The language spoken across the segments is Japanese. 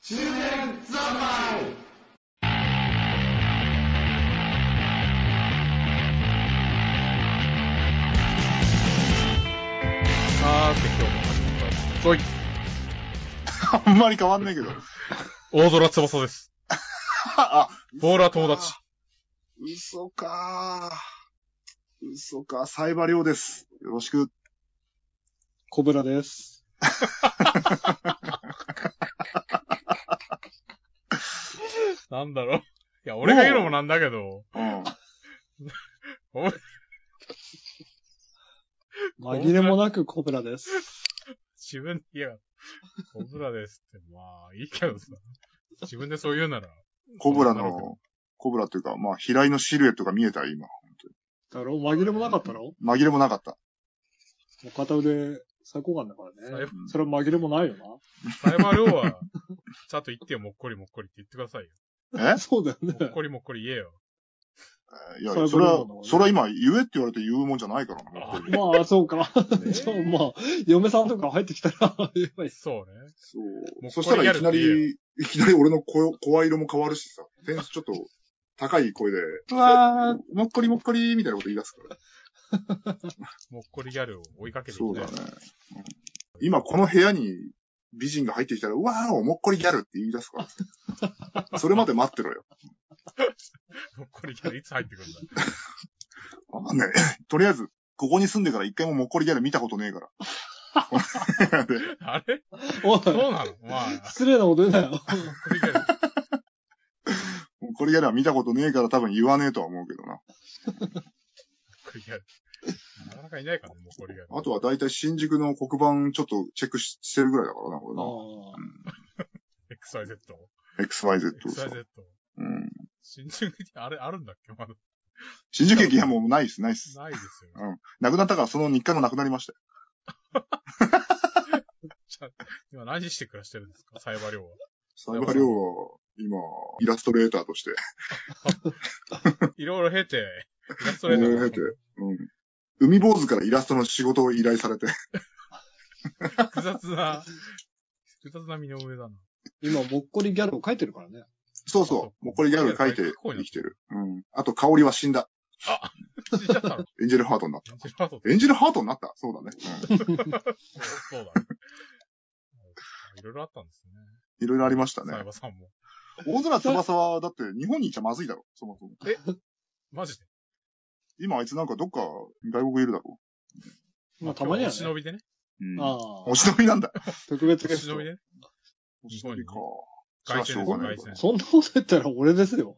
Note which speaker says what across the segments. Speaker 1: 中年三昧
Speaker 2: さーて今日も始まりました。おい、
Speaker 1: あんまり変わんないけど。
Speaker 2: 大空翼です。
Speaker 1: あ、
Speaker 2: ボーラー友達。
Speaker 1: 嘘かー。嘘か、サイバリョウです。よろしく。
Speaker 3: コブラです。
Speaker 2: なんだろう。いや、俺が言うのもなんだけど、
Speaker 1: うん。
Speaker 3: 紛れもなくコブラです。
Speaker 2: 自分で言えば、コブラですって、まあ、いいけどさ。自分でそう言う なら。
Speaker 1: コブラ
Speaker 2: そうなるけど
Speaker 1: の、コブラというか、まあ、飛来のシルエットが見えたよ、今。
Speaker 3: だろ紛れもなかったろも
Speaker 1: 紛れもなかった。
Speaker 3: う片腕最高感だからね
Speaker 2: 最。
Speaker 3: それは紛れもないよ
Speaker 2: サイバー量は、ちゃんと言ってよ、もっこりもっこりって言ってくださいよ。
Speaker 1: え
Speaker 3: な。そうだよね。
Speaker 2: もっこりもっこり言えよ。
Speaker 1: いや、
Speaker 3: サイバリョウ
Speaker 1: それは
Speaker 3: なの、
Speaker 1: それは今、言えって言われて言うもんじゃないからな。
Speaker 3: まあ、そうか。
Speaker 2: ね
Speaker 3: じゃあまあ、嫁さんとか入ってきたら、やばいっす。
Speaker 2: そうね。
Speaker 1: そう。
Speaker 2: もう
Speaker 1: そしたらいきな
Speaker 2: これやる
Speaker 1: り、 いきなり俺の声声色も変わるしさ、テンスちょっと高い声で、うわー、もっこりもっこりみたいなこと言い出すから。
Speaker 2: もっこりギャルを追いかけてい
Speaker 1: そ
Speaker 2: き
Speaker 1: う
Speaker 2: た
Speaker 1: だ
Speaker 2: い
Speaker 1: ね。。今この部屋に美人が入ってきたら、うわー、おもっこりギャルって言い出すから。それまで待ってろよ。
Speaker 2: もっこりギャルいつ入ってくるんだ
Speaker 1: わかんない。 とりあえず、ここに住んでから一回ももっこりギャル見たことねえから。 で
Speaker 2: あれ
Speaker 3: おい、
Speaker 2: そうなのまあ、もっ
Speaker 3: 失礼なこと言うなよ。
Speaker 2: こりギャル。
Speaker 1: もっこりギャルは見たことねえから多分言わねえとは思うけどな。
Speaker 2: クリアル。なかなかいないからね、もうこれが。
Speaker 1: あとは大体新宿の黒板ちょっとチェックししてるぐらいだからな、これな。
Speaker 2: XYZ。
Speaker 3: あ
Speaker 1: XYZ をさ。
Speaker 2: XYZ。
Speaker 1: うん。
Speaker 2: 新宿にあれ、あるんだっけまだ。
Speaker 1: 新宿駅はもうないっす、ないっす。
Speaker 2: ないですよね。
Speaker 1: なくなったからその日課もなくなりましたよ。
Speaker 2: 今何して暮らしてるんですかサイバー量は。
Speaker 1: サイバー量は、今、イラストレーターとして。
Speaker 2: いろいろ経て、イラストレーター
Speaker 1: いろいろ経てうん。海坊主からイラストの仕事を依頼されて。
Speaker 2: 複雑な、複雑な身の上だな。
Speaker 3: 今、もっこりギャルを書いてるからね。
Speaker 1: そうそう。もうこれギャル書いて生きてる。うん。あと、香りは死んだ。
Speaker 2: 死んじゃったの
Speaker 1: エンジェルハートになっ
Speaker 2: エンジェルハートって
Speaker 1: た。エンジェルハートになったそうだね。うん。
Speaker 2: そうそうだね。いろいろあったんですね。
Speaker 1: いろいろありました
Speaker 2: サイ
Speaker 1: ね。
Speaker 2: バーさんも。
Speaker 1: 大空翼は、だって日本にいちゃまずいだろ、そもそも。
Speaker 2: マジで。
Speaker 1: 今あいつなんかどっか外国いるだろ。
Speaker 3: まあ、たまには
Speaker 2: お
Speaker 3: ね。
Speaker 2: 忍びでね。
Speaker 1: うん。
Speaker 3: ああ
Speaker 1: お。忍びなんだ。
Speaker 3: 特別
Speaker 2: お
Speaker 3: ゲス
Speaker 2: 忍び
Speaker 3: ト。
Speaker 2: でね。
Speaker 1: お忍びか。そりゃ
Speaker 2: 外
Speaker 1: しょ
Speaker 2: 線
Speaker 1: うが
Speaker 2: です
Speaker 1: ね
Speaker 2: よ、
Speaker 1: え
Speaker 2: 外
Speaker 1: か
Speaker 2: 線。
Speaker 3: そんなこと言ったら俺ですよ。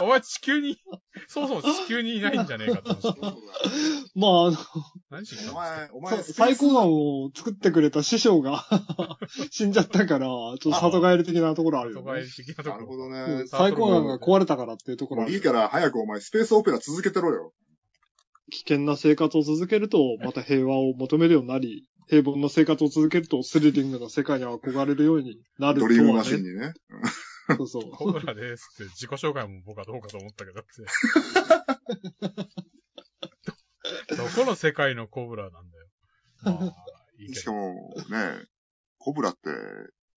Speaker 2: お前地球に、そもそも地球にいないんじゃねえかと思って。
Speaker 3: まああの、
Speaker 2: 何してき
Speaker 1: お
Speaker 2: たの
Speaker 1: 前、お前、
Speaker 3: さ最高弾を作ってくれた師匠が 死んじゃったから、ちょっと里帰り的なところあるよ、
Speaker 2: 里
Speaker 3: ね。
Speaker 2: 帰り的なと
Speaker 1: な
Speaker 2: こ
Speaker 1: る
Speaker 2: ろ
Speaker 1: ほ。ど
Speaker 3: う
Speaker 1: ね
Speaker 3: ん。最高弾が壊れたからっていうところ
Speaker 1: も
Speaker 3: あ
Speaker 1: う
Speaker 3: る
Speaker 1: い
Speaker 3: よ
Speaker 1: いから早くお前スペースオペラ続けてろよ。
Speaker 3: 危険な生活を続けると、また平和を求めるようになり、平凡な生活を続けると、スリリングな世界に憧れるようになる
Speaker 1: ド
Speaker 3: とは、
Speaker 1: リ
Speaker 3: ね。
Speaker 1: ームマシンにね。
Speaker 3: そうそう。
Speaker 2: コブラですって自己紹介も僕はどうかと思ったけどって。 どどこの世界のコブラなんだよ。まあ、いいけ
Speaker 1: しか
Speaker 2: ど。
Speaker 1: も、ね、コブラって、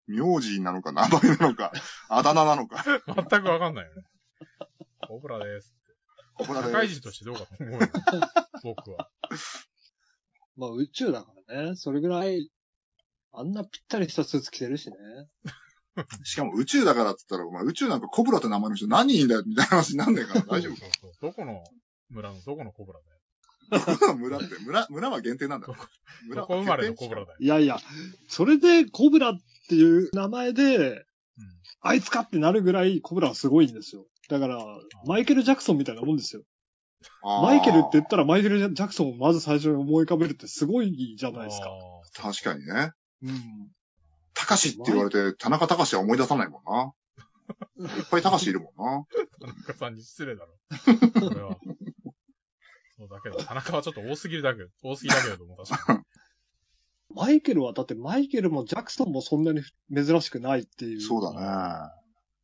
Speaker 1: 名字なのか名前なの か、あだ名なのか。
Speaker 2: 全くわかんないよね。コブラです。
Speaker 1: コブラ
Speaker 2: 社
Speaker 1: で
Speaker 2: 会人としてどうかと思うよ。僕は。
Speaker 3: まあ宇宙だからね、それぐらい、あんなぴったりしたスーツ着てるしね。
Speaker 1: しかも宇宙だからって言ったら、お前宇宙なんかコブラって名前の人何人いんだよみたいな話になんねえ から大丈
Speaker 2: そうそうそうどこの村のどこのコブラだ
Speaker 1: 夫。村って、村、村は限定なんだ。
Speaker 2: よ。どこ生まれのコブラ
Speaker 1: だ。
Speaker 2: だよ。
Speaker 3: いやいや、それでコブラっていう名前で、
Speaker 2: うん
Speaker 3: あいつかってなるぐらいコブラはすごいんですよ。だから、マイケル・ジャクソンみたいなもんですよ。
Speaker 1: あー
Speaker 3: マイケルって言ったらマイケル・ジャクソンをまず最初に思い浮かべるってすごいじゃないですか。
Speaker 2: あ
Speaker 1: 確かにね。
Speaker 3: うん。
Speaker 1: たかしって言われて、田中たかしは思い出さないもん な。いっぱいたかしいるもんな。
Speaker 2: ー田中さんに失礼だろ。これは。そうだけど、田中はちょっと多すぎるだけど、多すぎだけれども、確かに。
Speaker 3: マイケルはだってマイケルもジャクソンもそんなに珍しくないっていう。
Speaker 1: そうだね。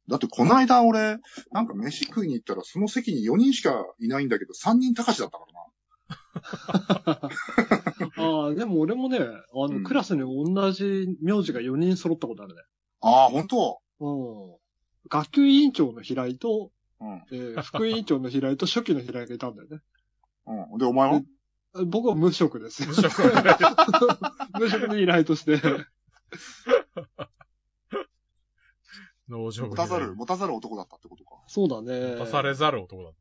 Speaker 1: だってこの間俺、なんか飯食いに行ったらその席に4人しかいないんだけど、3人たかしだったからな。
Speaker 3: ああ、でも俺もね、あの、
Speaker 1: うん
Speaker 3: クラスに同じ名字が4人揃ったことあるね。
Speaker 1: ああ、本当
Speaker 3: うん。学級委員長の平井と、
Speaker 1: うん。
Speaker 3: え ー副委員長の平井と初期の平井がいたんだよね。
Speaker 1: うん。で、お前は
Speaker 3: 僕は無職です よ
Speaker 2: む。しろこれが
Speaker 3: 無職の依頼として。
Speaker 2: 農場
Speaker 1: 持たざる、持たざる男だったってことか。
Speaker 3: そうだね。
Speaker 2: 出されざる男だ。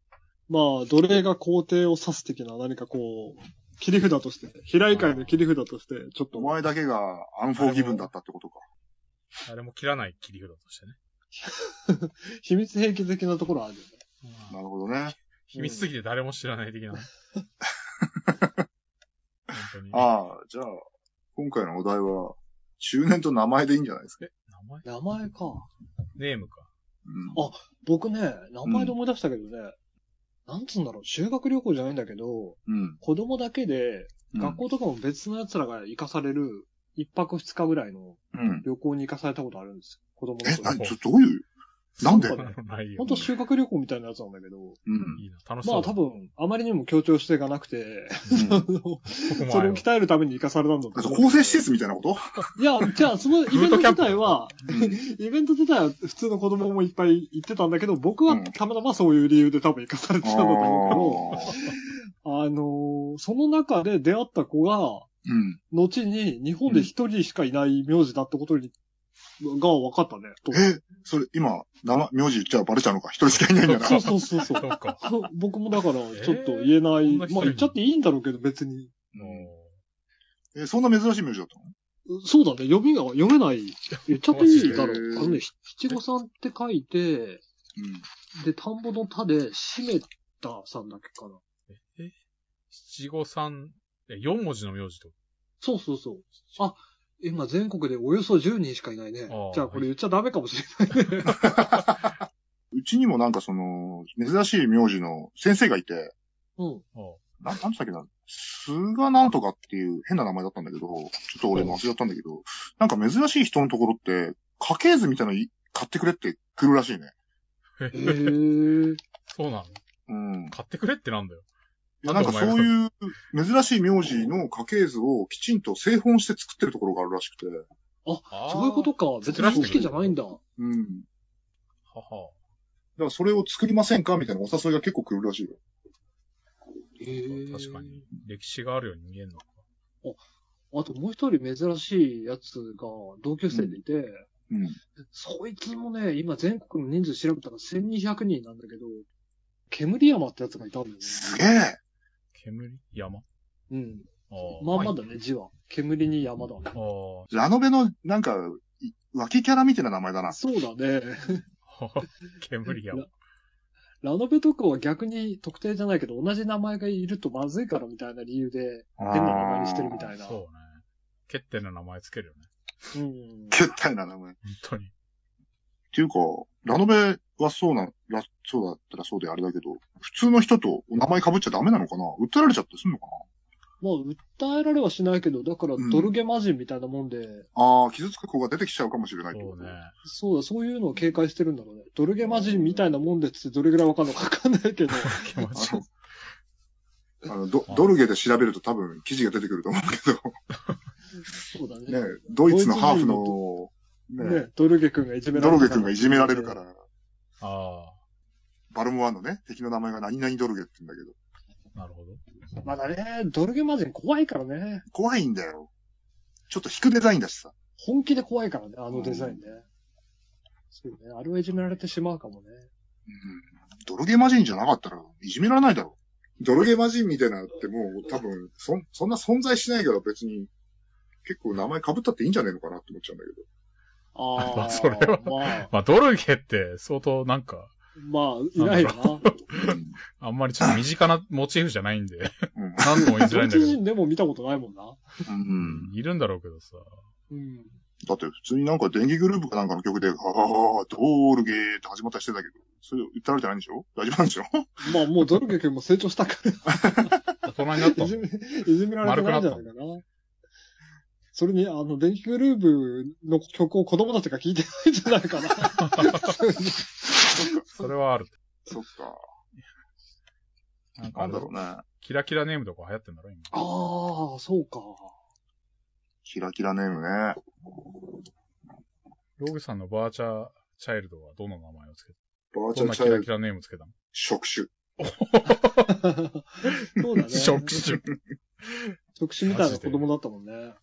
Speaker 3: まあ、奴隷が皇帝を指す的な何かこう、切り札として、平井会の切り札として、ちょっと
Speaker 1: お、前だけがアンフォーギブンだったってことか。
Speaker 2: 誰も切らない切り札としてね。
Speaker 3: 秘密兵器的なところあるよね。
Speaker 1: なるほどね。
Speaker 2: 秘密すぎて誰も知らない的な。本当に。
Speaker 1: ああ、じゃあ、今回のお題は、中年と名前でいいんじゃないですか。
Speaker 2: え、名前
Speaker 3: 名前か。
Speaker 2: ネームか。
Speaker 1: うん。
Speaker 3: あ僕ね、名前で思い出したけどね、なんつうんだろう、修学旅行じゃないんだけど、
Speaker 1: うん。
Speaker 3: 子供だけで、
Speaker 1: うん
Speaker 3: 学校とかも別の奴らが行かされる、一泊二日ぐらいの
Speaker 1: うん。
Speaker 3: 旅行に行かされたことあるんですよ。子供の
Speaker 1: え、
Speaker 3: 頃
Speaker 1: な、ちょ、どういう、なんで
Speaker 3: そう
Speaker 2: こんなのないよ
Speaker 3: 本当修学旅行みたいなやつなんだけど、
Speaker 1: うん。
Speaker 2: いいな、楽し
Speaker 3: ま
Speaker 2: そ
Speaker 3: あ
Speaker 2: うだ。
Speaker 3: 多分、あまりにも強調していかなく て、
Speaker 1: うん
Speaker 3: あの
Speaker 2: ここ
Speaker 3: そ
Speaker 2: もあ
Speaker 3: れを
Speaker 2: る
Speaker 3: 鍛えるために行かされたんだ
Speaker 1: あ
Speaker 3: と
Speaker 1: と
Speaker 3: 思う
Speaker 1: 構成施設みたいなこと
Speaker 3: いや、じゃ あそのイベント自体は、
Speaker 1: うん。
Speaker 3: イベント自体は普通の子供もいっぱい行ってたんだけど、僕
Speaker 1: う
Speaker 3: は
Speaker 1: ん
Speaker 3: たまたまそういう理由で多分行かされてたんだと思う
Speaker 1: あー
Speaker 3: けど、あのーその中で出会った子が、
Speaker 1: うん。
Speaker 3: 後に日本で一人しかいない名字だったことに、が分かったね。と
Speaker 1: え、それ、今、名前、名字言っちゃバレちゃうのか。一人しかいないんだな。
Speaker 3: そうそうそう そう。
Speaker 2: そっか。
Speaker 3: そう僕もだから、ちょっと言えない。
Speaker 2: えーこんな人いる
Speaker 3: まあ言っちゃっていいんだろうけど、別に。
Speaker 1: うん
Speaker 2: も
Speaker 1: え、そんな珍しい名字だったの
Speaker 3: そうだね。読みが、読めない。言っちゃっていいだろ
Speaker 1: マジ
Speaker 3: う。
Speaker 1: で
Speaker 3: あのね、七五三って書いて、
Speaker 1: うん。
Speaker 3: で、田んぼの田で、しめたさんだっけかな。
Speaker 2: うえ、七五三、え、四文字の名字と。
Speaker 3: そうそうそう。あ、今全国でおよそ10人しかいないね
Speaker 2: あ。ー
Speaker 3: じゃあこれ言っちゃダメかもしれない。
Speaker 1: うちにもなんかその、珍しい名字の先生がいて、
Speaker 3: うん。
Speaker 1: ななんつったっけな、菅なんとかっていう変な名前だったんだけど、ちょっと俺も忘れちゃったんだけど、なんか珍しい人のところって、家系図みたいなのい買ってくれって来るらしいね。
Speaker 2: へ
Speaker 3: へー。
Speaker 2: そうなの
Speaker 1: うん。
Speaker 2: 買ってくれってなんだよ。
Speaker 1: なんかそういう珍しい名字の家系図をきちんと製本して作ってるところがあるらしくて、
Speaker 2: あー
Speaker 3: そういうことか。別に好きじゃないんだ。
Speaker 1: うん。
Speaker 2: はは。
Speaker 1: だからそれを作りませんかみたいなお誘いが結構来るらしいよ。
Speaker 3: へー
Speaker 2: 確かに。。歴史があるように見えるのか。
Speaker 3: あともう一人珍しいやつが同級生でいて、
Speaker 1: うん。
Speaker 3: そいつもね、今全国の人数調べたら1200人なんだけど、煙山ってやつがいたんだよね。
Speaker 1: すげえ
Speaker 2: 煙山
Speaker 3: うん。
Speaker 2: あ
Speaker 3: まあま
Speaker 2: だ。
Speaker 3: だね、字は。煙に山だね。
Speaker 2: あー
Speaker 1: ラノベの、なんか、い脇キャラみたいな名前だな。
Speaker 3: そうだね。
Speaker 2: 煙山。
Speaker 3: ラノベとかは逆に特定じゃないけど、同じ名前がいるとまずいからみたいな理由で、変な名前にしてるみたいな。
Speaker 2: そうね。欠点な名前つけるよね。
Speaker 3: う ん。
Speaker 1: 絶対な名前。
Speaker 2: 本当に。
Speaker 1: っていうか、ラノベはそうな、らそうだったらそうであれだけど、普通の人とお名前被っちゃダメなのかな訴えられちゃってすんのか
Speaker 3: まあ、訴えられはしないけど、だから
Speaker 1: うん
Speaker 3: ドルゲマ人みたいなもんで、
Speaker 1: なああ、傷つく子が出てきちゃうかもしれないって
Speaker 2: そ
Speaker 1: こと
Speaker 2: う ね。
Speaker 3: そうだ、そういうのを警戒してるんだろうね。ドルゲマ人みたいなもんでっつってどれぐらいわかるのかわかんないけど。
Speaker 2: 気持ちいい。
Speaker 1: あの、あのど
Speaker 2: あー
Speaker 1: ドルゲで調べると多分記事が出てくると思う
Speaker 3: そうだ
Speaker 1: けど、
Speaker 3: ね。
Speaker 1: ね、ドイツのハーフの、ね、
Speaker 3: ね、ドルゲ君がいじめら
Speaker 1: ド
Speaker 3: れ
Speaker 1: ルゲ
Speaker 3: るから。
Speaker 1: 君がいじめられるから、
Speaker 2: あ
Speaker 1: バルモアのね、敵の名前が何々ドルゲって言うんだけど、
Speaker 2: あ、なるほど。
Speaker 3: まだね、ドルゲマ人怖いからね。
Speaker 1: 怖いんだよ。ちょっと引くデザインだしさ。
Speaker 3: 本気で怖いからね、あのデザインね。そうね、あれはいじめられてしまうかもね。
Speaker 1: うんドルゲマ人じゃなかったら、いじめられないだろ。ドルゲマ人みたいなのってもう多分、そん、 そんな存在しないから別に、結構名前被ったっていいんじゃねえのかなって思っちゃうんだけど。
Speaker 3: あ
Speaker 2: ま
Speaker 3: あ、
Speaker 2: あそれは
Speaker 3: まあ、
Speaker 2: まあ、ドルゲって相当なんか、
Speaker 3: まあ、いないよな。
Speaker 2: あんまりちょっと身近なモチーフじゃないんで、
Speaker 1: うん。うん
Speaker 2: 何度も言いづ
Speaker 3: ド
Speaker 2: らい
Speaker 3: イ
Speaker 2: んだけ
Speaker 3: ツ
Speaker 2: ど。
Speaker 3: 人でも見たことないもんな。
Speaker 1: うん。
Speaker 2: いるんだろうけどさ。
Speaker 3: うん。
Speaker 1: だって普通になんか電気グループかなんかの曲で、ああ、ドルゲーって始まったりしてたけど、それ言ったられてないんでしょ大丈夫なんでしょ
Speaker 3: まあ、もうドルゲ君も成長したか
Speaker 2: 大人になった
Speaker 3: ら、い
Speaker 2: も
Speaker 3: じ
Speaker 2: ん
Speaker 3: め、いじめられてないんじゃないかな。それに、あの、電気グルーブの曲を子供たちが聴いてないんじゃない かな。
Speaker 2: それはある。
Speaker 1: そっか。
Speaker 2: なんか
Speaker 1: な
Speaker 2: あ
Speaker 1: ん
Speaker 2: れ
Speaker 1: だろうね。
Speaker 2: キラキラネームとか流行ってんだろ、今。
Speaker 3: ああ、そうか。
Speaker 1: キラキラネームね。
Speaker 2: ログさんのバーチャーチャイルドはどの名前をつけた
Speaker 1: バーチャ
Speaker 2: どん
Speaker 1: ル
Speaker 2: な
Speaker 1: チ
Speaker 2: キ
Speaker 1: ャイ
Speaker 2: ラ
Speaker 1: ル
Speaker 2: キ
Speaker 1: ド、
Speaker 2: ラネームつけたの
Speaker 1: 触手。
Speaker 3: そうだね。
Speaker 2: 職種。
Speaker 3: 職種みたいな子供だったもんね。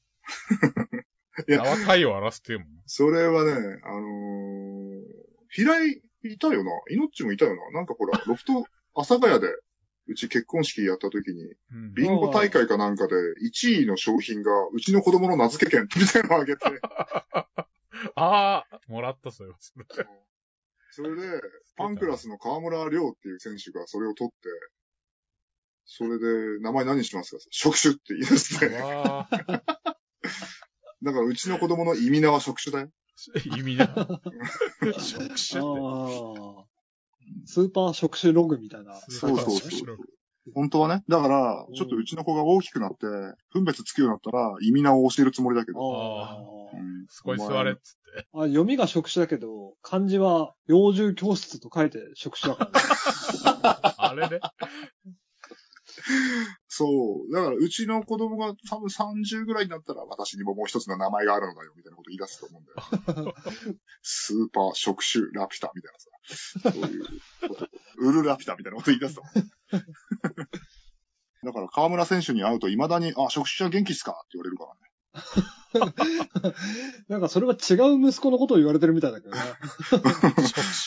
Speaker 1: いや
Speaker 2: 名は体を表すっていうもんね。
Speaker 1: それはね、あのー、平井いたよな。イノッチもいたよな。なんか ほら、ロフト、阿佐ヶ谷で、うち結婚式やった時に、
Speaker 2: うん
Speaker 1: ビンゴ大会かなんかで、1位の商品が、うちの子供の名付け券、 みたいなのをあげて、
Speaker 2: ああ、もらった、それは。それ
Speaker 1: それで、パンクラスの河村亮っていう選手がそれを取って、それで、名前何にしますか職種って言い出して。
Speaker 2: わあ、
Speaker 1: だから、うちの子供の意味名は職種だよ。
Speaker 2: 意味な。職
Speaker 3: あ
Speaker 2: 種
Speaker 3: あ
Speaker 2: って。
Speaker 3: ー。スーパー職種ログみたいな。
Speaker 1: そうそうそう
Speaker 2: 面白い
Speaker 1: 本当はね。だから、ちょっとうちの子が大きくなって、分別つくようになったら、意味名を教えるつもりだけど。
Speaker 3: あ
Speaker 1: う
Speaker 3: ー
Speaker 1: ん
Speaker 2: そこに座れっつって。
Speaker 3: あ。読みが職種だけど、漢字は幼獣教室と書いて職種だから、
Speaker 2: あれ
Speaker 3: ね。
Speaker 2: で、
Speaker 1: そう。だから、うちの子供が多分30ぐらいになったら、私にももう一つの名前があるのだよ、みたいなこと言い出すと思うんだよ。スーパー、触手、ラピュタ、みたいなさ。そういうこと。ウルラピュタ、みたいなこと言い出すと思う。だから、河村選手に会うと、未だに、あ、触手は元気っすかって言われるからね。
Speaker 3: なんかそれは違う息子のことを言われてるみたいだけど ね。
Speaker 2: 職種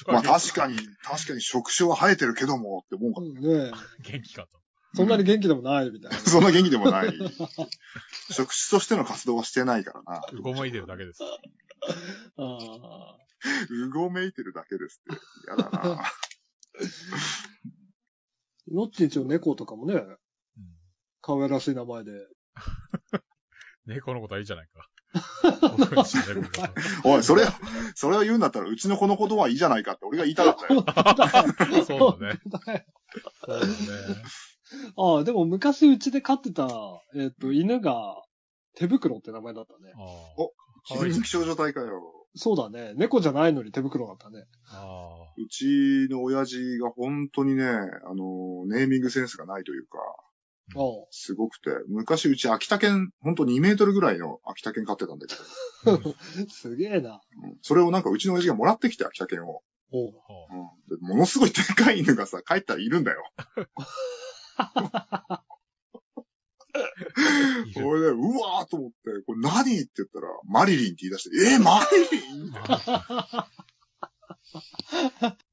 Speaker 1: ま
Speaker 2: は
Speaker 1: あ、確かに、確かに触手は生えてるけども、って思うか
Speaker 3: うんねえ
Speaker 2: 元気かと。
Speaker 3: そんなに元気でもないみたい
Speaker 1: ら。。
Speaker 3: な
Speaker 1: そんな元気でもない。触手としての活動はしてないからな。
Speaker 2: うごめいてるだけです。
Speaker 3: ああ。
Speaker 1: うごめいてるだけですって。やだな。
Speaker 3: のっちんちの猫とかもね、
Speaker 2: うん
Speaker 3: 可愛らしい名前で。
Speaker 2: 猫のことはいいじゃないか。僕んちの猫のこと
Speaker 1: おい、それ、それを言うんだったら、うちの子のことはいいじゃないかって俺が言いたかったよ。
Speaker 2: そうだね。そうだね。
Speaker 3: ああ、でも昔うちで飼ってた、えっ、と、犬が、手袋って名前だったね。
Speaker 2: あ
Speaker 1: お筋肉少女大会よ。
Speaker 3: そうだね。猫じゃないのに手袋だったね。
Speaker 2: あ。あ
Speaker 1: うちの親父が本当にね、あの、ネーミングセンスがないというか、
Speaker 3: ああ。
Speaker 1: すごくて、昔うち秋田県、本当2メートルぐらいの秋田県飼ってたんだけど、
Speaker 2: あ。
Speaker 3: すげえな。
Speaker 1: うんそれをなんかうちの親父がもらってきて、秋田県を。
Speaker 3: おう
Speaker 1: うんでものすごいでかい犬がさ、帰ったらいるんだよ。
Speaker 2: いる
Speaker 1: 俺ね、うわーと思って、これ何って言ったら、マリリンって言い出して、えー、マリリン
Speaker 2: あ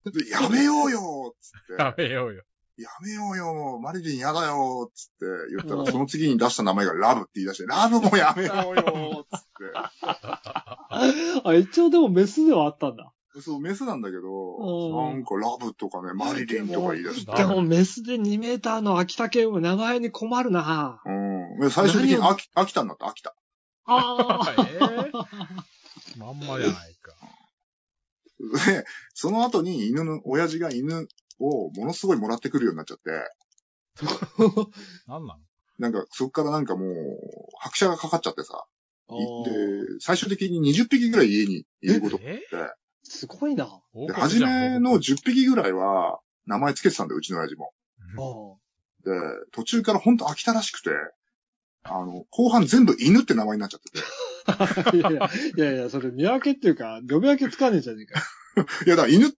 Speaker 1: でやめようよっつって。
Speaker 2: やめようよ。
Speaker 1: やめようよ、マリリンやだよ、つって言った
Speaker 3: うん
Speaker 1: ら、その次に出した名前がラブって言い出して、ラブもやめようよ、つっ
Speaker 3: あ、一応でもメスではあったんだ。
Speaker 1: て。そう、メスなんだけど、
Speaker 3: うん
Speaker 1: なんかラブとかね、マリリンとか言い出して。
Speaker 3: でもメスで2メーターの秋田犬は名前に困るな。
Speaker 1: うん。で最終的に
Speaker 3: 何
Speaker 1: 飽き飽きたんだった、飽きた。
Speaker 3: ああ。
Speaker 2: ええまんまじゃないか。
Speaker 1: で、その後に犬の、親父が犬をものすごいもらってくるようになっちゃって、
Speaker 2: なんなの
Speaker 1: なんか、そっからなんかもう、拍車がかかっちゃってさ、いで、最終的に20匹ぐらい家にいること。
Speaker 2: え
Speaker 3: すごいな。あ
Speaker 1: で、
Speaker 2: で
Speaker 1: 初めの10匹ぐらいは、名前つけてたんだよ、うちの親父も。
Speaker 3: あ。
Speaker 1: で、途中からほんと飽きたらしくて、あの、後半全部犬って名前になっちゃって
Speaker 3: いやいやいやいや、それ見分けっていうか、読み分けつかねえじゃねえか。
Speaker 1: て。いや、だから犬って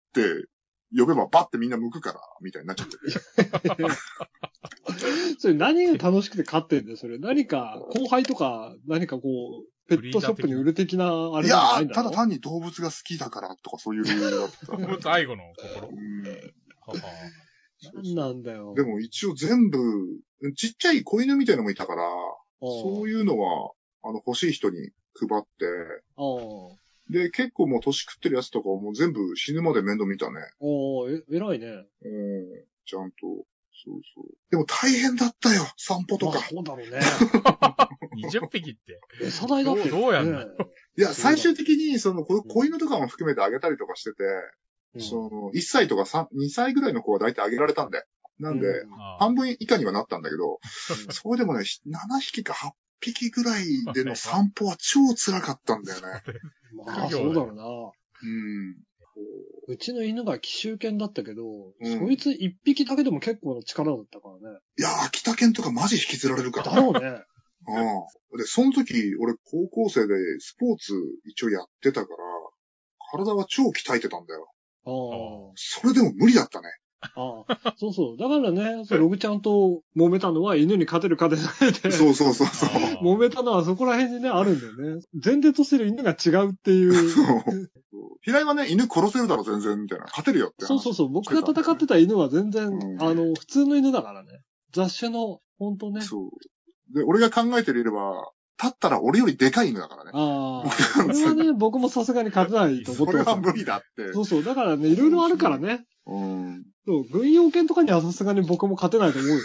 Speaker 1: 呼べばバッてみんな向くから、みたいになっちゃって。
Speaker 3: それ何が楽しくて飼ってんだよ、それ。何か、後輩とか、何かこう、ペットショップに売る的な、あ
Speaker 1: い
Speaker 3: れじ
Speaker 1: や
Speaker 3: ゃないん
Speaker 1: ー、
Speaker 3: だ
Speaker 1: ただ
Speaker 3: ろ
Speaker 1: 単に動物が好きだからとかそういう理由だ った。う
Speaker 2: 僕と愛護の心。は
Speaker 1: ん
Speaker 2: は
Speaker 3: 何なんだよ。
Speaker 1: でも一応全部、ちっちゃい子犬みたいなのもいたから、
Speaker 3: そ
Speaker 1: そう
Speaker 3: いう。
Speaker 1: いうのは、あの、欲しい人に配って、
Speaker 3: ああ。
Speaker 1: で、結構もう年食ってるやつとかはもう全部死ぬまで面倒見たね。
Speaker 3: おおえ、偉いね。
Speaker 1: うん、ちゃんと。そうそう。でも大変だったよ、散歩と
Speaker 3: ま
Speaker 1: か
Speaker 3: あ。そうだろうね。
Speaker 2: 20匹って。
Speaker 3: 餌代だって、ね。
Speaker 2: どうどうやんの
Speaker 1: いや、最終的に、その、こ子犬とかも含めてあげたりとかしてて、
Speaker 3: うん
Speaker 1: その、1歳とか3 2歳ぐらいの子は大体あげられたんで。なんで、
Speaker 3: うん
Speaker 2: ああ
Speaker 1: 半分以下にはなったんだけど、それでもね、7匹か8匹ぐらいでの散歩は超辛かったんだよね。
Speaker 3: まあ、そうだろうな。
Speaker 1: うん。
Speaker 3: うちの犬が奇襲犬だったけど、
Speaker 1: うん
Speaker 3: そいつ一匹だけでも結構の力だったからね。
Speaker 1: いや、秋田県とかマジ引きずられるか
Speaker 3: だ
Speaker 1: ら。
Speaker 3: ろうね。
Speaker 1: うん。で、その時、俺高校生でスポーツ一応やってたから、体は超鍛えてたんだよ。
Speaker 3: ああ。
Speaker 1: それでも無理だったね。
Speaker 3: ああ、そうそう。だからね、そうログちゃんと揉めたのは犬に勝てる勝てないで、
Speaker 1: そうそうそうそう。
Speaker 2: あー
Speaker 3: 揉めたのはそこら辺にね、あるんだよね。前提としてる犬が違うっ ていう。
Speaker 1: 平井はね、犬殺せるだろ、全然、みたいな。勝てるよって話。
Speaker 3: そうそうそう。僕が戦ってた犬は全然、
Speaker 1: うん
Speaker 3: あの、普通の犬だからね。雑種の、ほんとね。
Speaker 1: そう。で、俺が考えていれば、立ったら俺よりでかい犬だからね。
Speaker 3: ああ。これはね、僕もさすがに勝てないと思
Speaker 1: こ
Speaker 3: って
Speaker 1: れ
Speaker 3: ま
Speaker 1: は
Speaker 3: す
Speaker 1: 無理だって。
Speaker 3: そうそう。だからね、いろいろあるからね。
Speaker 1: うん。
Speaker 3: そう、軍用犬とかにはさすがに僕も勝てないと思うよ。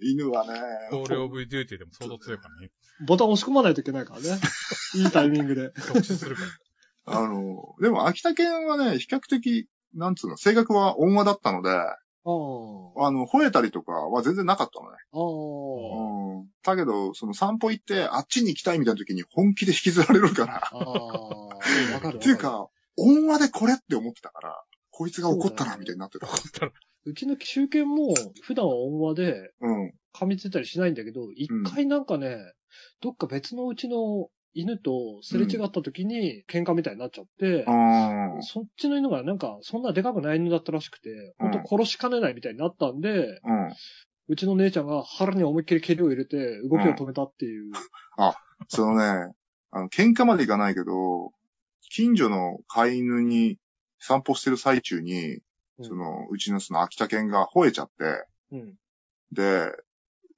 Speaker 1: 犬はね、
Speaker 2: コールオブデューティーでも相当強いからね。
Speaker 3: ボタン押し込まないといけないからね。 いいタイミングで。
Speaker 2: 特殊するから。
Speaker 1: あの、でも秋田犬はね、比較的、なんつうの、性格は温和だったので、
Speaker 3: ああ。
Speaker 1: あの、吠えたりとかは全然なかったのね。
Speaker 3: ああ。
Speaker 1: うん。だけど、その散歩行って、あっちに行きたいみたいな時に本気で引きずられるから。
Speaker 3: ああ、わかる。
Speaker 1: っていう、か、温和でこれって思ってたから、こいつが怒ったな、みたいになってた。
Speaker 3: うちの奇襲犬も普段は温和で
Speaker 1: うん。
Speaker 3: 噛みついたりしないんだけど、一回なんかね、どっか別のうちの犬とすれ違った時に喧嘩みたいになっちゃって、
Speaker 1: あー
Speaker 3: そっちの犬がなんかそんなでかくない犬だったらしくて、ほんと殺しかねないみたいになったんで、
Speaker 1: うん。
Speaker 3: うちの姉ちゃんが腹に思いっきり蹴りを入れて動きを止めたっていう。
Speaker 1: そのね、あの、喧嘩までいかないけど、近所の飼い犬に散歩してる最中に、
Speaker 3: うん
Speaker 1: その、うちのその秋田犬が吠えちゃって、
Speaker 3: うん。
Speaker 1: で、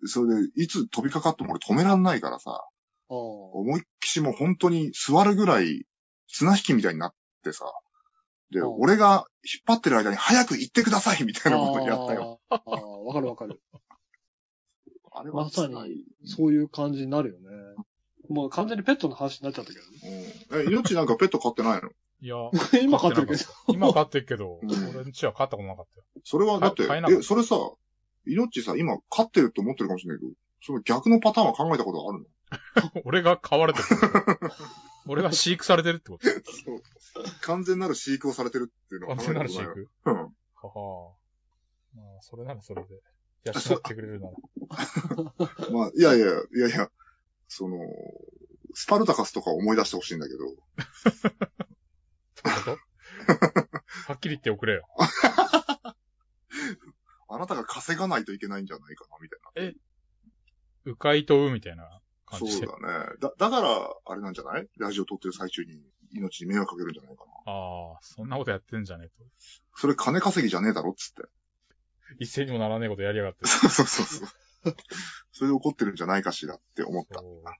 Speaker 1: それで、いつ飛びかかっても俺止めらんないからさ、
Speaker 3: ああ。
Speaker 1: 思いっきしもう本当に座るぐらい綱引きみたいになってさ、で、
Speaker 3: うん
Speaker 1: 俺が引っ張ってる間に早く行ってくださいみたいなことをやったよ。
Speaker 3: ああ、わかるわかる。
Speaker 1: あれ
Speaker 3: まさに
Speaker 1: 辛い
Speaker 3: そういう感じになるよね。もう完全にペットの話になっちゃったけどね。
Speaker 1: うんえ、命なんかペット飼ってないの
Speaker 2: いや、
Speaker 3: 今飼ってるけど。
Speaker 2: 今勝ってるけど、
Speaker 1: うん
Speaker 2: 俺んちは勝ったことなかったよ。
Speaker 1: それはだって、
Speaker 2: 飼えなかった
Speaker 1: え、それさ、命さ、今飼ってるって思ってるかもしれないけど、その逆のパターンは考えたことあるの
Speaker 2: 俺が飼われてるって こと。俺が飼育されてるってこと。
Speaker 1: 完全なる飼育をされてるっていうのは
Speaker 2: 完
Speaker 1: 考え
Speaker 2: 全
Speaker 1: た
Speaker 2: な
Speaker 1: こ
Speaker 2: る
Speaker 1: と
Speaker 2: 飼
Speaker 1: ないよ。
Speaker 2: 育。
Speaker 1: うん。
Speaker 2: ははまあ、それならそれで。養ってくれる なら。
Speaker 1: まあ、いやいや、いやいや、その、スパルタカスとか思い出してほしいんだけど、
Speaker 2: どういうことはっきり言っておくれよ。
Speaker 1: あなたが稼がないといけないんじゃないかな、みたいな。
Speaker 2: 迂回とうみたいな感
Speaker 1: そ
Speaker 2: じ
Speaker 1: う
Speaker 2: で。
Speaker 1: だね。だ、だから、あれなんじゃないラジオ撮ってる最中に命に迷惑かけるんじゃないかな。
Speaker 2: ああ、そんなことやってんじゃねえと。
Speaker 1: それ金稼ぎじゃねえだろっつって。
Speaker 2: 一斉にもならねえことやりやがって。
Speaker 1: そうそうそうそう。 それで怒ってるんじゃないかしらって思っ
Speaker 2: そ
Speaker 1: た。
Speaker 2: うか。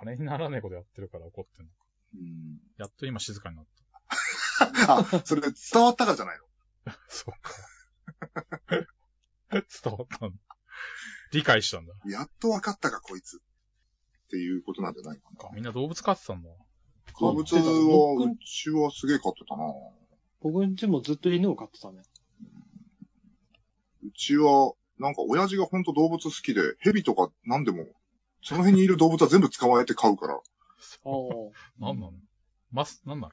Speaker 2: 金にならねえことやってるから怒ってんの。
Speaker 1: うん
Speaker 2: やっと今静かになっ
Speaker 1: あ、それ伝わったからじゃないの
Speaker 2: た。そう か。伝わったんだ。理解したんだ。
Speaker 1: やっと分かったか、こいつ。っていうことなんじゃないか
Speaker 2: みんな動物飼ってたんだ。
Speaker 1: な。動
Speaker 3: 動
Speaker 1: 物
Speaker 3: 物
Speaker 1: は、うちはすげえ飼ってたな。う
Speaker 3: 僕んちもずっと犬を飼ってたね。
Speaker 1: ちは、なんか親父がほんと動物好きで、蛇とか何でも、その辺にいる動物は全部捕まえて飼うから、
Speaker 3: ああ。
Speaker 2: なんなのマス、なんなの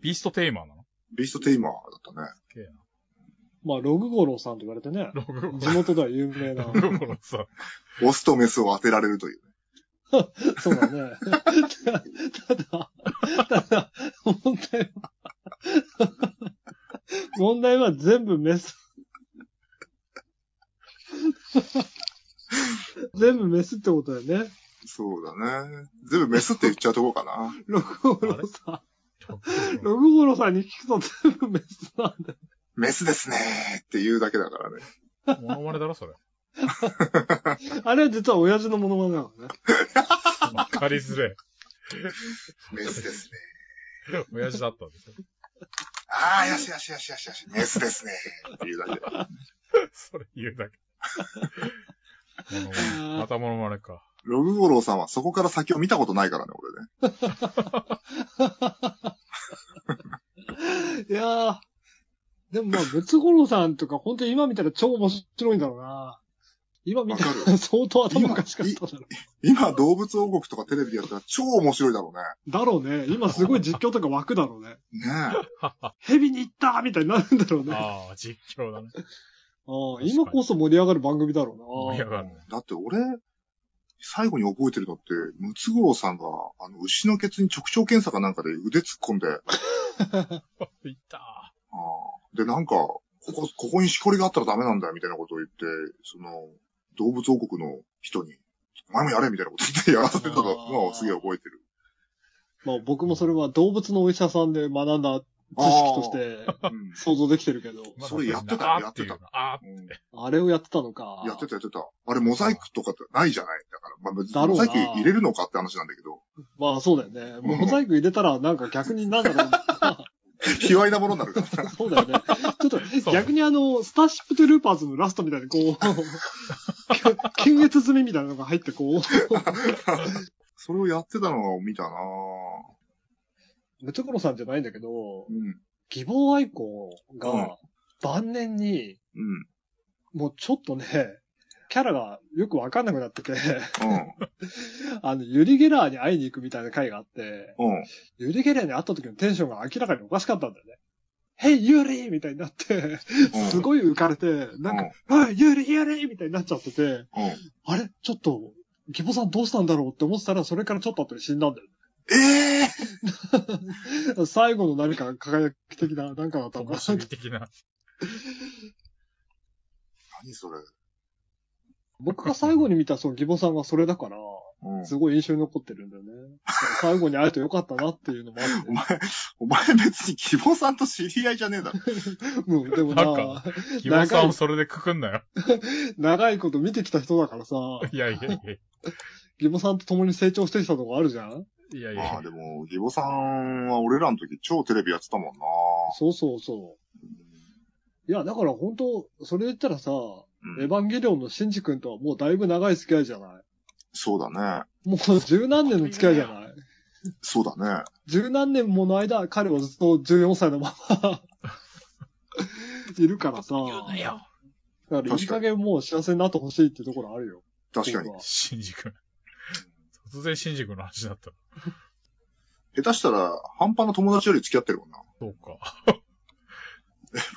Speaker 2: ビーストテイマーなの
Speaker 1: ビーストテイマーだったね。
Speaker 2: すげえな。
Speaker 3: まあ、ログゴロさんと言われてね。
Speaker 2: ログゴ
Speaker 3: 地元では有名な。
Speaker 2: ロ、ログゴロさ。
Speaker 1: オスとメスを当てられるという。
Speaker 3: そうだね。ただ、ただ、問題は、問題は全部メス。全部メスってことだよね。
Speaker 1: そうだね。全部メスって言っちゃうとこかな。
Speaker 3: ログゴロさん。
Speaker 2: ログ
Speaker 3: ログゴロさんに聞くと全部メスなんだよ。
Speaker 1: メスですねーって言うだけだからね。
Speaker 2: ゴロモノマネだろ、それ。
Speaker 3: あれは実は親父のモノマネなのね。
Speaker 2: わかりづれ
Speaker 1: メスですね。
Speaker 2: え。親父だったんですよ。
Speaker 1: あー、よしよしよしよしよし、メスですねーって言うだけ。
Speaker 2: それ言うだけ。モノマネまたモノマネか。
Speaker 1: ログゴロウさんはそこから先を見たことないからね、俺ね。
Speaker 3: いやー。でもまあ、ムツゴロウさんとか、本当に今見たら超面白いんだろうな。今見た
Speaker 1: わ
Speaker 3: ら相当頭おかしかっただろ
Speaker 1: 今、動物王国とかテレビでやったら超面白いだろ
Speaker 3: う。だろうね。今すごい実況とか湧くだろうね。
Speaker 1: うね。ね
Speaker 3: 蛇に行ったーみたいになるんだろうね。あ
Speaker 2: ああ、実況だね。
Speaker 3: あ今こそ盛り上がる番組だろ
Speaker 2: 盛り上
Speaker 3: う
Speaker 2: がるね。
Speaker 1: え。だって俺、最後に覚えてるのって、ムツゴロウさんが、あの、牛のケツに直腸検査かなんかで腕突っ込んで、あ
Speaker 2: いった
Speaker 1: ーで、なんか、ここ、ここにしこりがあったらダメなんだよ、みたいなことを言って、その、動物王国の人に、お前もやれ、みたいなこと言ってやらせてたの
Speaker 3: あー
Speaker 1: をすげえ覚えてる。
Speaker 3: まあ僕もそれは動物のお医者さんで学んだ知識として
Speaker 1: うん
Speaker 3: 想像できてるけど、
Speaker 2: ー。
Speaker 1: それやってた
Speaker 2: あーいう
Speaker 1: やって
Speaker 2: あ
Speaker 1: うん
Speaker 3: あれをやってたのか。
Speaker 1: やってたやってた。あれモザイクとかってないじゃないだから、まあ別
Speaker 3: だろ
Speaker 1: に
Speaker 3: うな
Speaker 1: モザイク入れるのかって話なんだけど、
Speaker 3: まあそうだよね。モザイク入れたらなんか逆になんだろう。
Speaker 1: 卑猥なものになるから。
Speaker 3: そうだよね。ちょっと逆にあの、スターシップトゥルーパーズのラストみたいに こう、検閲済みみたいなのが入ってこう、
Speaker 1: それをやってたのを見たなぁ。
Speaker 3: ムツゴロウさんじゃないんだけど
Speaker 1: う、ん。
Speaker 3: 希望愛子
Speaker 1: うん
Speaker 3: が晩年に、
Speaker 1: うん。
Speaker 3: もうちょっとね、キャラがよくわかんなくなってて、 あの、ユリ・ゲラーに会いに行くみたいな回があって、
Speaker 1: うん。うん。
Speaker 3: ユリ・ゲラーに会った時のテンションが明らかにおかしかったんだよね。ヘイ、ユリーみたいになって、すごい浮かれて、なんか、はい、ユリ、ユリみたいになっちゃってて、
Speaker 1: うん。うん。
Speaker 3: あれちょっと、ギボさんどうしたんだろうって思ってたら、それからちょっと後に死んだんだよ
Speaker 1: ええ
Speaker 3: ね。 最後の何か輝き的な、なんかだった
Speaker 2: ー。
Speaker 3: の
Speaker 2: 面
Speaker 3: かな。
Speaker 2: 白い的な。
Speaker 1: 何それ。
Speaker 3: 僕が最後に見た、そのギボさんはそれだから、
Speaker 1: うん。
Speaker 3: すごい印象に残ってるんだよね。最後に会えてよかったなっていうのも あって
Speaker 1: お。前、お前別に希望さんと知り合いじゃねえだろ。
Speaker 3: うん、でも
Speaker 2: なん
Speaker 3: な
Speaker 2: か、希望さんをそれでくくんなよ。
Speaker 3: 長いこと見てきた人だからさ、
Speaker 2: いやいやいや
Speaker 3: ギボさんと共に成長してきたとこあるじゃん
Speaker 2: いやい
Speaker 1: ま
Speaker 2: や
Speaker 1: あ。でも、希望さんは俺らの時超テレビやってたもんな
Speaker 3: そうそうそう。いや、だから本当それで言ったらさ、
Speaker 1: うん
Speaker 3: エヴァンゲリオンのシンジ君とはもうだいぶ長い付き合いじゃない
Speaker 1: そうだね。
Speaker 3: もう十何年の付き合いじゃない
Speaker 1: そうだね。
Speaker 3: 十何年もの間、彼はずっと14歳のまま、 いるからさ、
Speaker 2: 言うなよ。
Speaker 3: だからいい加減もう幸せになってほしいっていうところあるよ。
Speaker 1: 確かに。
Speaker 3: 僕は
Speaker 2: 新宿。突然新宿の話になった。
Speaker 1: 下手したら、半端な友達より付き合ってるもんな。
Speaker 2: そうか。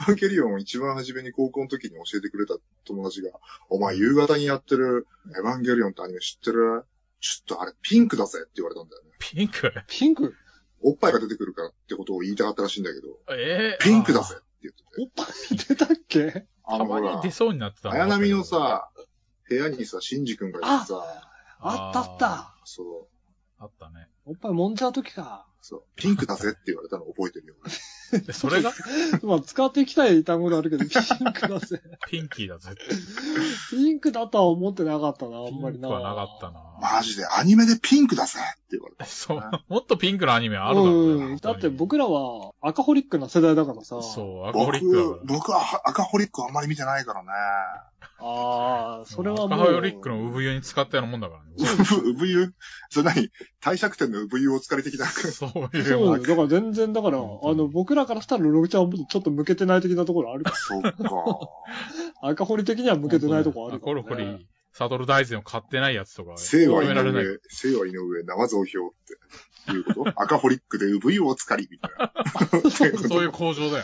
Speaker 1: バンケリオンを一番初めに高校の時に教えてくれた友達が、お前夕方にやってるエヴァンゲリオンってアニメ知ってるちょっとあれピンクだぜって言われたんだよね。
Speaker 2: ピンク
Speaker 3: ピンク
Speaker 1: おっぱいが出てくるからってことを言いたかったらしいんだけど、
Speaker 2: ええ
Speaker 1: ピンクだぜって言ってて。
Speaker 3: おっぱい出たっけ
Speaker 1: あ
Speaker 2: た
Speaker 1: の
Speaker 2: ま
Speaker 1: ほ
Speaker 2: に
Speaker 1: ら
Speaker 2: 出、そうになってたな
Speaker 1: 綾波の、さ、部屋にさ、シンジ君がいてさ、
Speaker 3: あったあった。
Speaker 1: そう、
Speaker 2: あったね。
Speaker 3: おっぱい揉んじゃうときか。
Speaker 1: そう、ピンクだぜって言われたの覚えてるよ。
Speaker 2: で、それが
Speaker 3: まあ使っていきたい単語であるけど、ピンクだぜ。
Speaker 2: ピンキーだぜ。
Speaker 3: ピンクだとは思ってなかったな、あ
Speaker 2: ピ
Speaker 3: んまり
Speaker 2: ンク
Speaker 3: な。
Speaker 2: はなかったな。
Speaker 1: マジでアニメでピンクだぜって言われた。
Speaker 2: そう。もっとピンクのアニメあるだろうね
Speaker 3: ん。
Speaker 2: 本当
Speaker 3: だ
Speaker 2: に
Speaker 3: って僕らはアカホリックな世代だからさ。
Speaker 2: そう、アコリック
Speaker 1: 僕
Speaker 2: だ、か
Speaker 1: 僕はアカホリックあんまり見てないから ね。
Speaker 3: ああ、
Speaker 2: ら。
Speaker 3: それはもう。
Speaker 2: アカホリックの産湯に使ったようなもんだからね。
Speaker 1: うぶ、うぶ湯それ何帝釈天のうぶ湯を疲れてきた。
Speaker 2: そうい
Speaker 3: そう
Speaker 2: う
Speaker 3: な
Speaker 2: も
Speaker 3: の
Speaker 2: ん。
Speaker 3: よだから全然、だから、あ
Speaker 2: 本当に
Speaker 3: の、僕らからしたら、ログちゃんはちょっと向けてない的なところあるか
Speaker 1: そっ か。
Speaker 3: ら。赤堀的には向けてないところある
Speaker 2: ア
Speaker 3: か
Speaker 2: コ
Speaker 3: ら、
Speaker 2: ロ
Speaker 3: ね。
Speaker 2: コリ、サトル大善を買ってないやつとか。
Speaker 1: 生は井
Speaker 2: 認められない。
Speaker 1: 上、生は井上、生増票って。いうこと赤ホリックでうぶ湯を疲れ、みたいな。
Speaker 2: そういう工場だよね。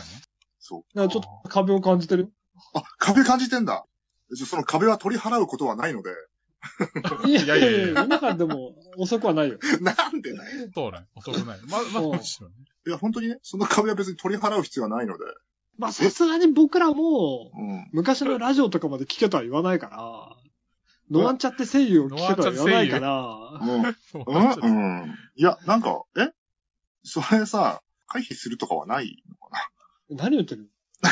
Speaker 1: そ
Speaker 3: な
Speaker 1: っ
Speaker 3: んか
Speaker 1: か。
Speaker 3: ちょっと壁を感じてる。
Speaker 1: あ、壁感じてんだ。じゃあその壁は取り払うことはないので。
Speaker 3: いや
Speaker 2: いやいやいや
Speaker 3: 今からでも遅くはないよ。
Speaker 1: なんでない
Speaker 2: そうね。遅くない。ま、まあ、
Speaker 3: うん
Speaker 2: むしろね。
Speaker 1: いや、本当にね、その壁は別に取り払う必要はないので。
Speaker 3: まあ、さすがに僕ら も、
Speaker 1: うん。
Speaker 3: 昔のラジオとかまで聞けとは言わないから、ノアンチャって声優を聞けとは言わないから、
Speaker 1: もう、
Speaker 2: そう
Speaker 1: うん、うん。いや、なんか、えそれさ、回避するとかはないのか
Speaker 3: 何言ってる
Speaker 1: な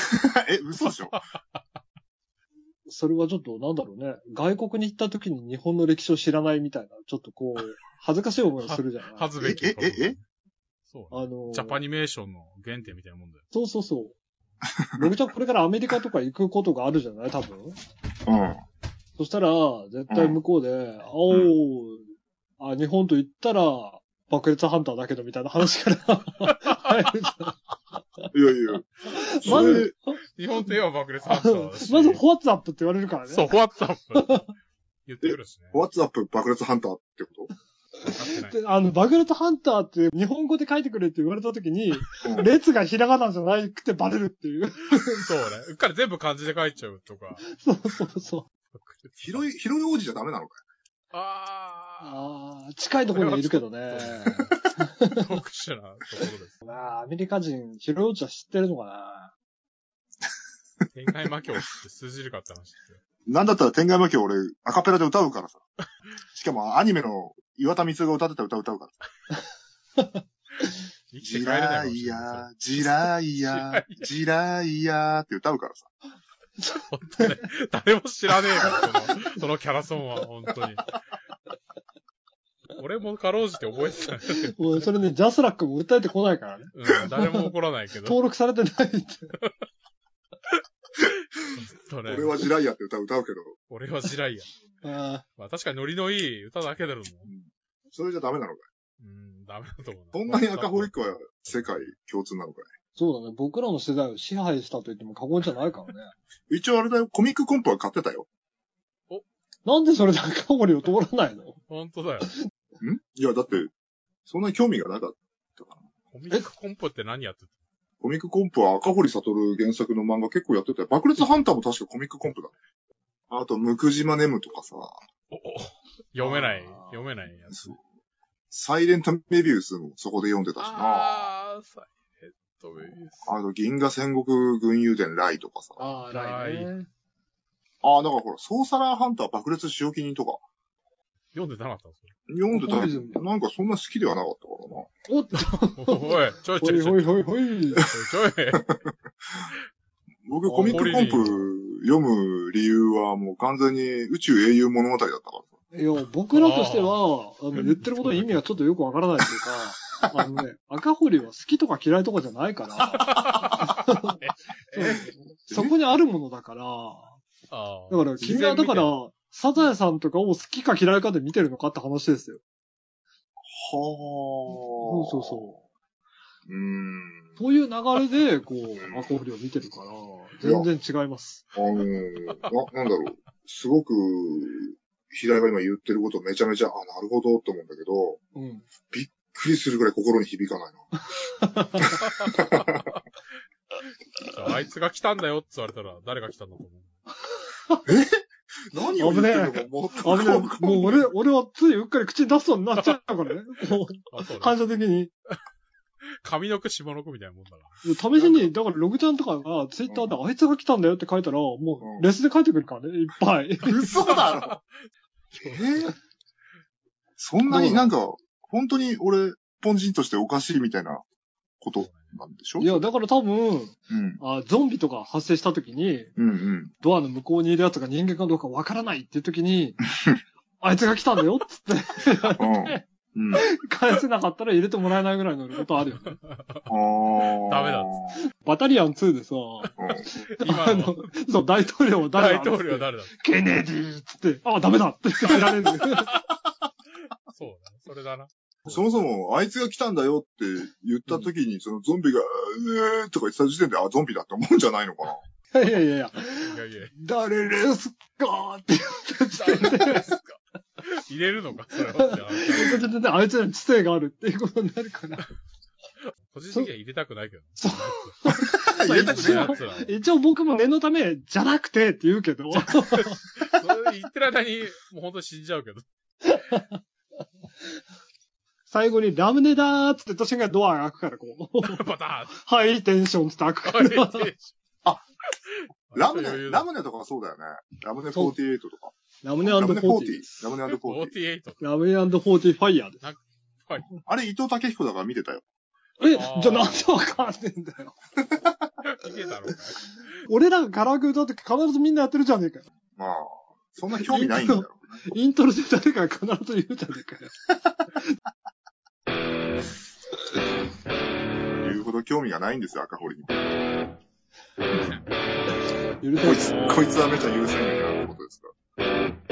Speaker 1: え、嘘でしょ
Speaker 3: それはちょっと、なんだろうね。外国に行った時に日本の歴史を知らないみたいな、ちょっとこう、恥ずかしい思いをするじゃない
Speaker 2: 恥ずべき。
Speaker 1: ええええ
Speaker 2: そうね。
Speaker 3: あの、
Speaker 2: ジャパニメーションの原点みたいなもんだよ。
Speaker 3: そうそうそう。ログちゃんこれからアメリカとか行くことがあるじゃない多分。
Speaker 1: うん。
Speaker 3: そしたら、絶対向こうで、あおーあ、日本と言ったら、爆裂ハンターだけどみたいな話から入るじゃん。
Speaker 1: いやいや。
Speaker 3: ま
Speaker 1: それ
Speaker 3: ず、
Speaker 2: 日本といえば爆裂ハ
Speaker 3: あ
Speaker 2: ンタ
Speaker 3: の
Speaker 2: ーだし。
Speaker 3: まず、ホワッツアップって言われるからね。
Speaker 2: そう、フォワッツアップ。言ってくるしね。
Speaker 1: ワッツアップ爆裂ハンターってこと
Speaker 2: なってない
Speaker 3: で、あの、バグレットハンターって日本語で書いてくれって言われたときに、
Speaker 1: うん
Speaker 3: 列がひらがなじゃなくてバレるっていう。
Speaker 2: そうね。うっかり全部漢字で書いちゃうとか。
Speaker 3: そうそうそう。
Speaker 1: 広い、広い王子じゃダメなのか
Speaker 2: あ
Speaker 3: ああ、近いところにはいるけどね。
Speaker 2: あ、特殊なところです。
Speaker 3: まあ、アメリカ人、ヒロヨチは知ってるのかな
Speaker 2: 天外魔境って数字力あった話ですよ。
Speaker 1: なんだったら天外魔境俺、アカペラで歌うからさ。しかもアニメの岩田光が歌ってた歌歌うから。
Speaker 2: 生きて
Speaker 1: ジ
Speaker 2: 帰れない
Speaker 1: ラ
Speaker 2: かも
Speaker 1: イ
Speaker 2: しれ
Speaker 1: ヤ
Speaker 2: な
Speaker 1: ー、ジライヤー、ジライヤーって歌うからさ。
Speaker 2: い。誰も知らねえから、その、そのキャラソンは、本当に。俺もかろうじて覚えてた、ね。
Speaker 3: 俺、それね、ジャスラックも訴えてこないからね。
Speaker 2: うん、誰も怒らないけど。
Speaker 3: 登録されてない って。
Speaker 2: それ
Speaker 1: 俺はジライヤーって歌歌うけど、
Speaker 2: 俺は地雷や。
Speaker 3: あ
Speaker 2: まあ確かにノリのいい歌だけだろうもん。
Speaker 1: それじゃダメなのかい。
Speaker 2: うん、ダメだと思う。
Speaker 1: そんなに赤ホイックは世界共通なのか
Speaker 3: そうだね。僕らの世代を支配したと言っても過言じゃないからね。
Speaker 1: い。一応あれだよ、コミックコンプは買ってたよ。
Speaker 3: なんでそれで赤森を通らないの
Speaker 2: 本当だよ。
Speaker 1: んいや、だって、そんなに興味がなかったかな。
Speaker 2: コミックコンポって何やってた
Speaker 1: コミックコンプは赤堀悟原作の漫画結構やってたよ。爆裂ハンターも確かコミックコンプだ。あと、ムクジマネムとかさ、
Speaker 2: おお読めない
Speaker 3: あー、
Speaker 2: 読めないやつ。
Speaker 1: そうサイレントメビウスもそこで読んでたしな。あ
Speaker 2: あー、サイレントベース。
Speaker 1: と、銀河戦国軍友伝ライとかさ。あ
Speaker 3: あ
Speaker 2: あ偉い
Speaker 3: ね。
Speaker 1: あ、だからほら、ソーサラーハンター爆裂使用記人とか、
Speaker 2: 読んでなかったのそ
Speaker 1: 読んでた
Speaker 3: そうですよね
Speaker 1: なんかそんな好きではなかったからな。
Speaker 3: おっと、
Speaker 2: れ。おい、ちょいち
Speaker 3: ほ
Speaker 2: ょい
Speaker 3: い
Speaker 2: ち
Speaker 3: ほ
Speaker 2: ょい。
Speaker 3: いほいほい。
Speaker 2: ちょいちょい。
Speaker 1: 僕、コミックコンプ読む理由はもう完全に宇宙英雄物語だったからさ。
Speaker 3: いや、僕らとしては、あの、言ってることの意味がちょっとよくわからないと いうか、あのね、赤堀は好きとか嫌いとかじゃないから、 そこにあるものだから、
Speaker 2: あー
Speaker 3: だから、君はだから、、サザエさんとかを好きか嫌いかで見てるのかって話ですよ。
Speaker 1: は。
Speaker 3: そうそうそ
Speaker 1: うー
Speaker 3: う
Speaker 1: ん。
Speaker 3: う。そういう流れで、こう、赤堀を見てるから、全然違います。
Speaker 1: あのー、な、なんだろう。すごく、平井が今言ってることめちゃめちゃ、あ、なるほどって思うんだけど、
Speaker 3: うん。
Speaker 1: クリするぐらい心に響かないな。
Speaker 2: 全然見てあいつが来たんだよって言われたら、誰が来たんだと思う。
Speaker 1: 何を言ってるのかもっ
Speaker 3: あ
Speaker 1: と
Speaker 3: れね、
Speaker 1: こ
Speaker 3: もう俺、俺はついうっかり口に出すようになっちゃうから ね。こ
Speaker 2: あ、そう
Speaker 3: う
Speaker 2: だ。
Speaker 3: 感謝的に。
Speaker 2: 上の句、下の句みたいなもんだな。
Speaker 3: 試しに、だから、ログちゃんとかが、ツイッターで、あいつが来たんだよって書いたら、も
Speaker 1: うん
Speaker 3: う、レスで書いてくるからね、いっぱい。
Speaker 1: う嘘だろ えーそんなになんか、本当に俺、日本人としておかしいみたいなことなんでしょ
Speaker 3: いや、だから多分、
Speaker 1: うん。
Speaker 3: あゾンビとか発生した時に、
Speaker 1: うんうん。
Speaker 3: ドアの向こうにいる奴が人間かどうかわからないっていう時 に、あいつが来たんだよっつって、
Speaker 1: うん。うん。
Speaker 3: 返せなかったら入れてもらえないぐらいのことあるよね。
Speaker 1: ああ。
Speaker 2: ダメだ
Speaker 3: バタリアン2でさ、
Speaker 2: 今
Speaker 3: あ
Speaker 2: の
Speaker 3: の、そう、大統領は誰
Speaker 2: 大
Speaker 3: だ
Speaker 2: 統領は誰だ
Speaker 3: ケネディっつって、あ、ダメだって言られる。
Speaker 2: そうだね。それだな。
Speaker 1: そもそも、あいつが来たんだよって言った時に、そのゾンビが、うーとか言ってた時点で、あ、ゾンビだって思うんじゃないのかな。
Speaker 3: いやいやいや、
Speaker 2: いやいや。
Speaker 3: 誰ですかって言ってて、
Speaker 2: 入れるのかそれは。
Speaker 3: 全然あいつらに知性があるっていうことになるから。
Speaker 2: 個人的には入れたくないけど。
Speaker 3: そう
Speaker 1: 入れたくねえな
Speaker 2: やつらは
Speaker 3: 一応僕も念のため、じゃなくてって言うけど。
Speaker 2: それ言ってる間に、もう本当に死んじゃうけど。
Speaker 3: 最後にラムネだーっつって、年がドアが開くから、こう、
Speaker 2: バタ
Speaker 3: はい、テンションって開くか
Speaker 2: ーン
Speaker 3: ら。
Speaker 1: ラムネ、ラ
Speaker 2: ム
Speaker 1: ムネとかそうだよね。ラムネ48とか。
Speaker 3: ラムネ
Speaker 1: ラム
Speaker 3: &40
Speaker 1: ネ40。。ラムネ40。
Speaker 2: 48。
Speaker 3: ラムネ &40 ファイヤーです。
Speaker 1: あれ、伊藤武彦だから見てたよ。
Speaker 3: え
Speaker 2: あー、
Speaker 3: じゃあなんでわかんねえんだよ。
Speaker 2: 見てたろうか。
Speaker 3: 俺らがカラオケ歌うとき必ずみんなやってるじゃねえかよ。
Speaker 1: まあ、そんな興味ないんだよ。
Speaker 3: イントロで誰かが必ず言うじゃねえかよ。
Speaker 1: 言うほど興味がないんですよ、赤堀に。こ
Speaker 3: 許せない
Speaker 1: いつ、こいつはめちゃ優先だなってことですか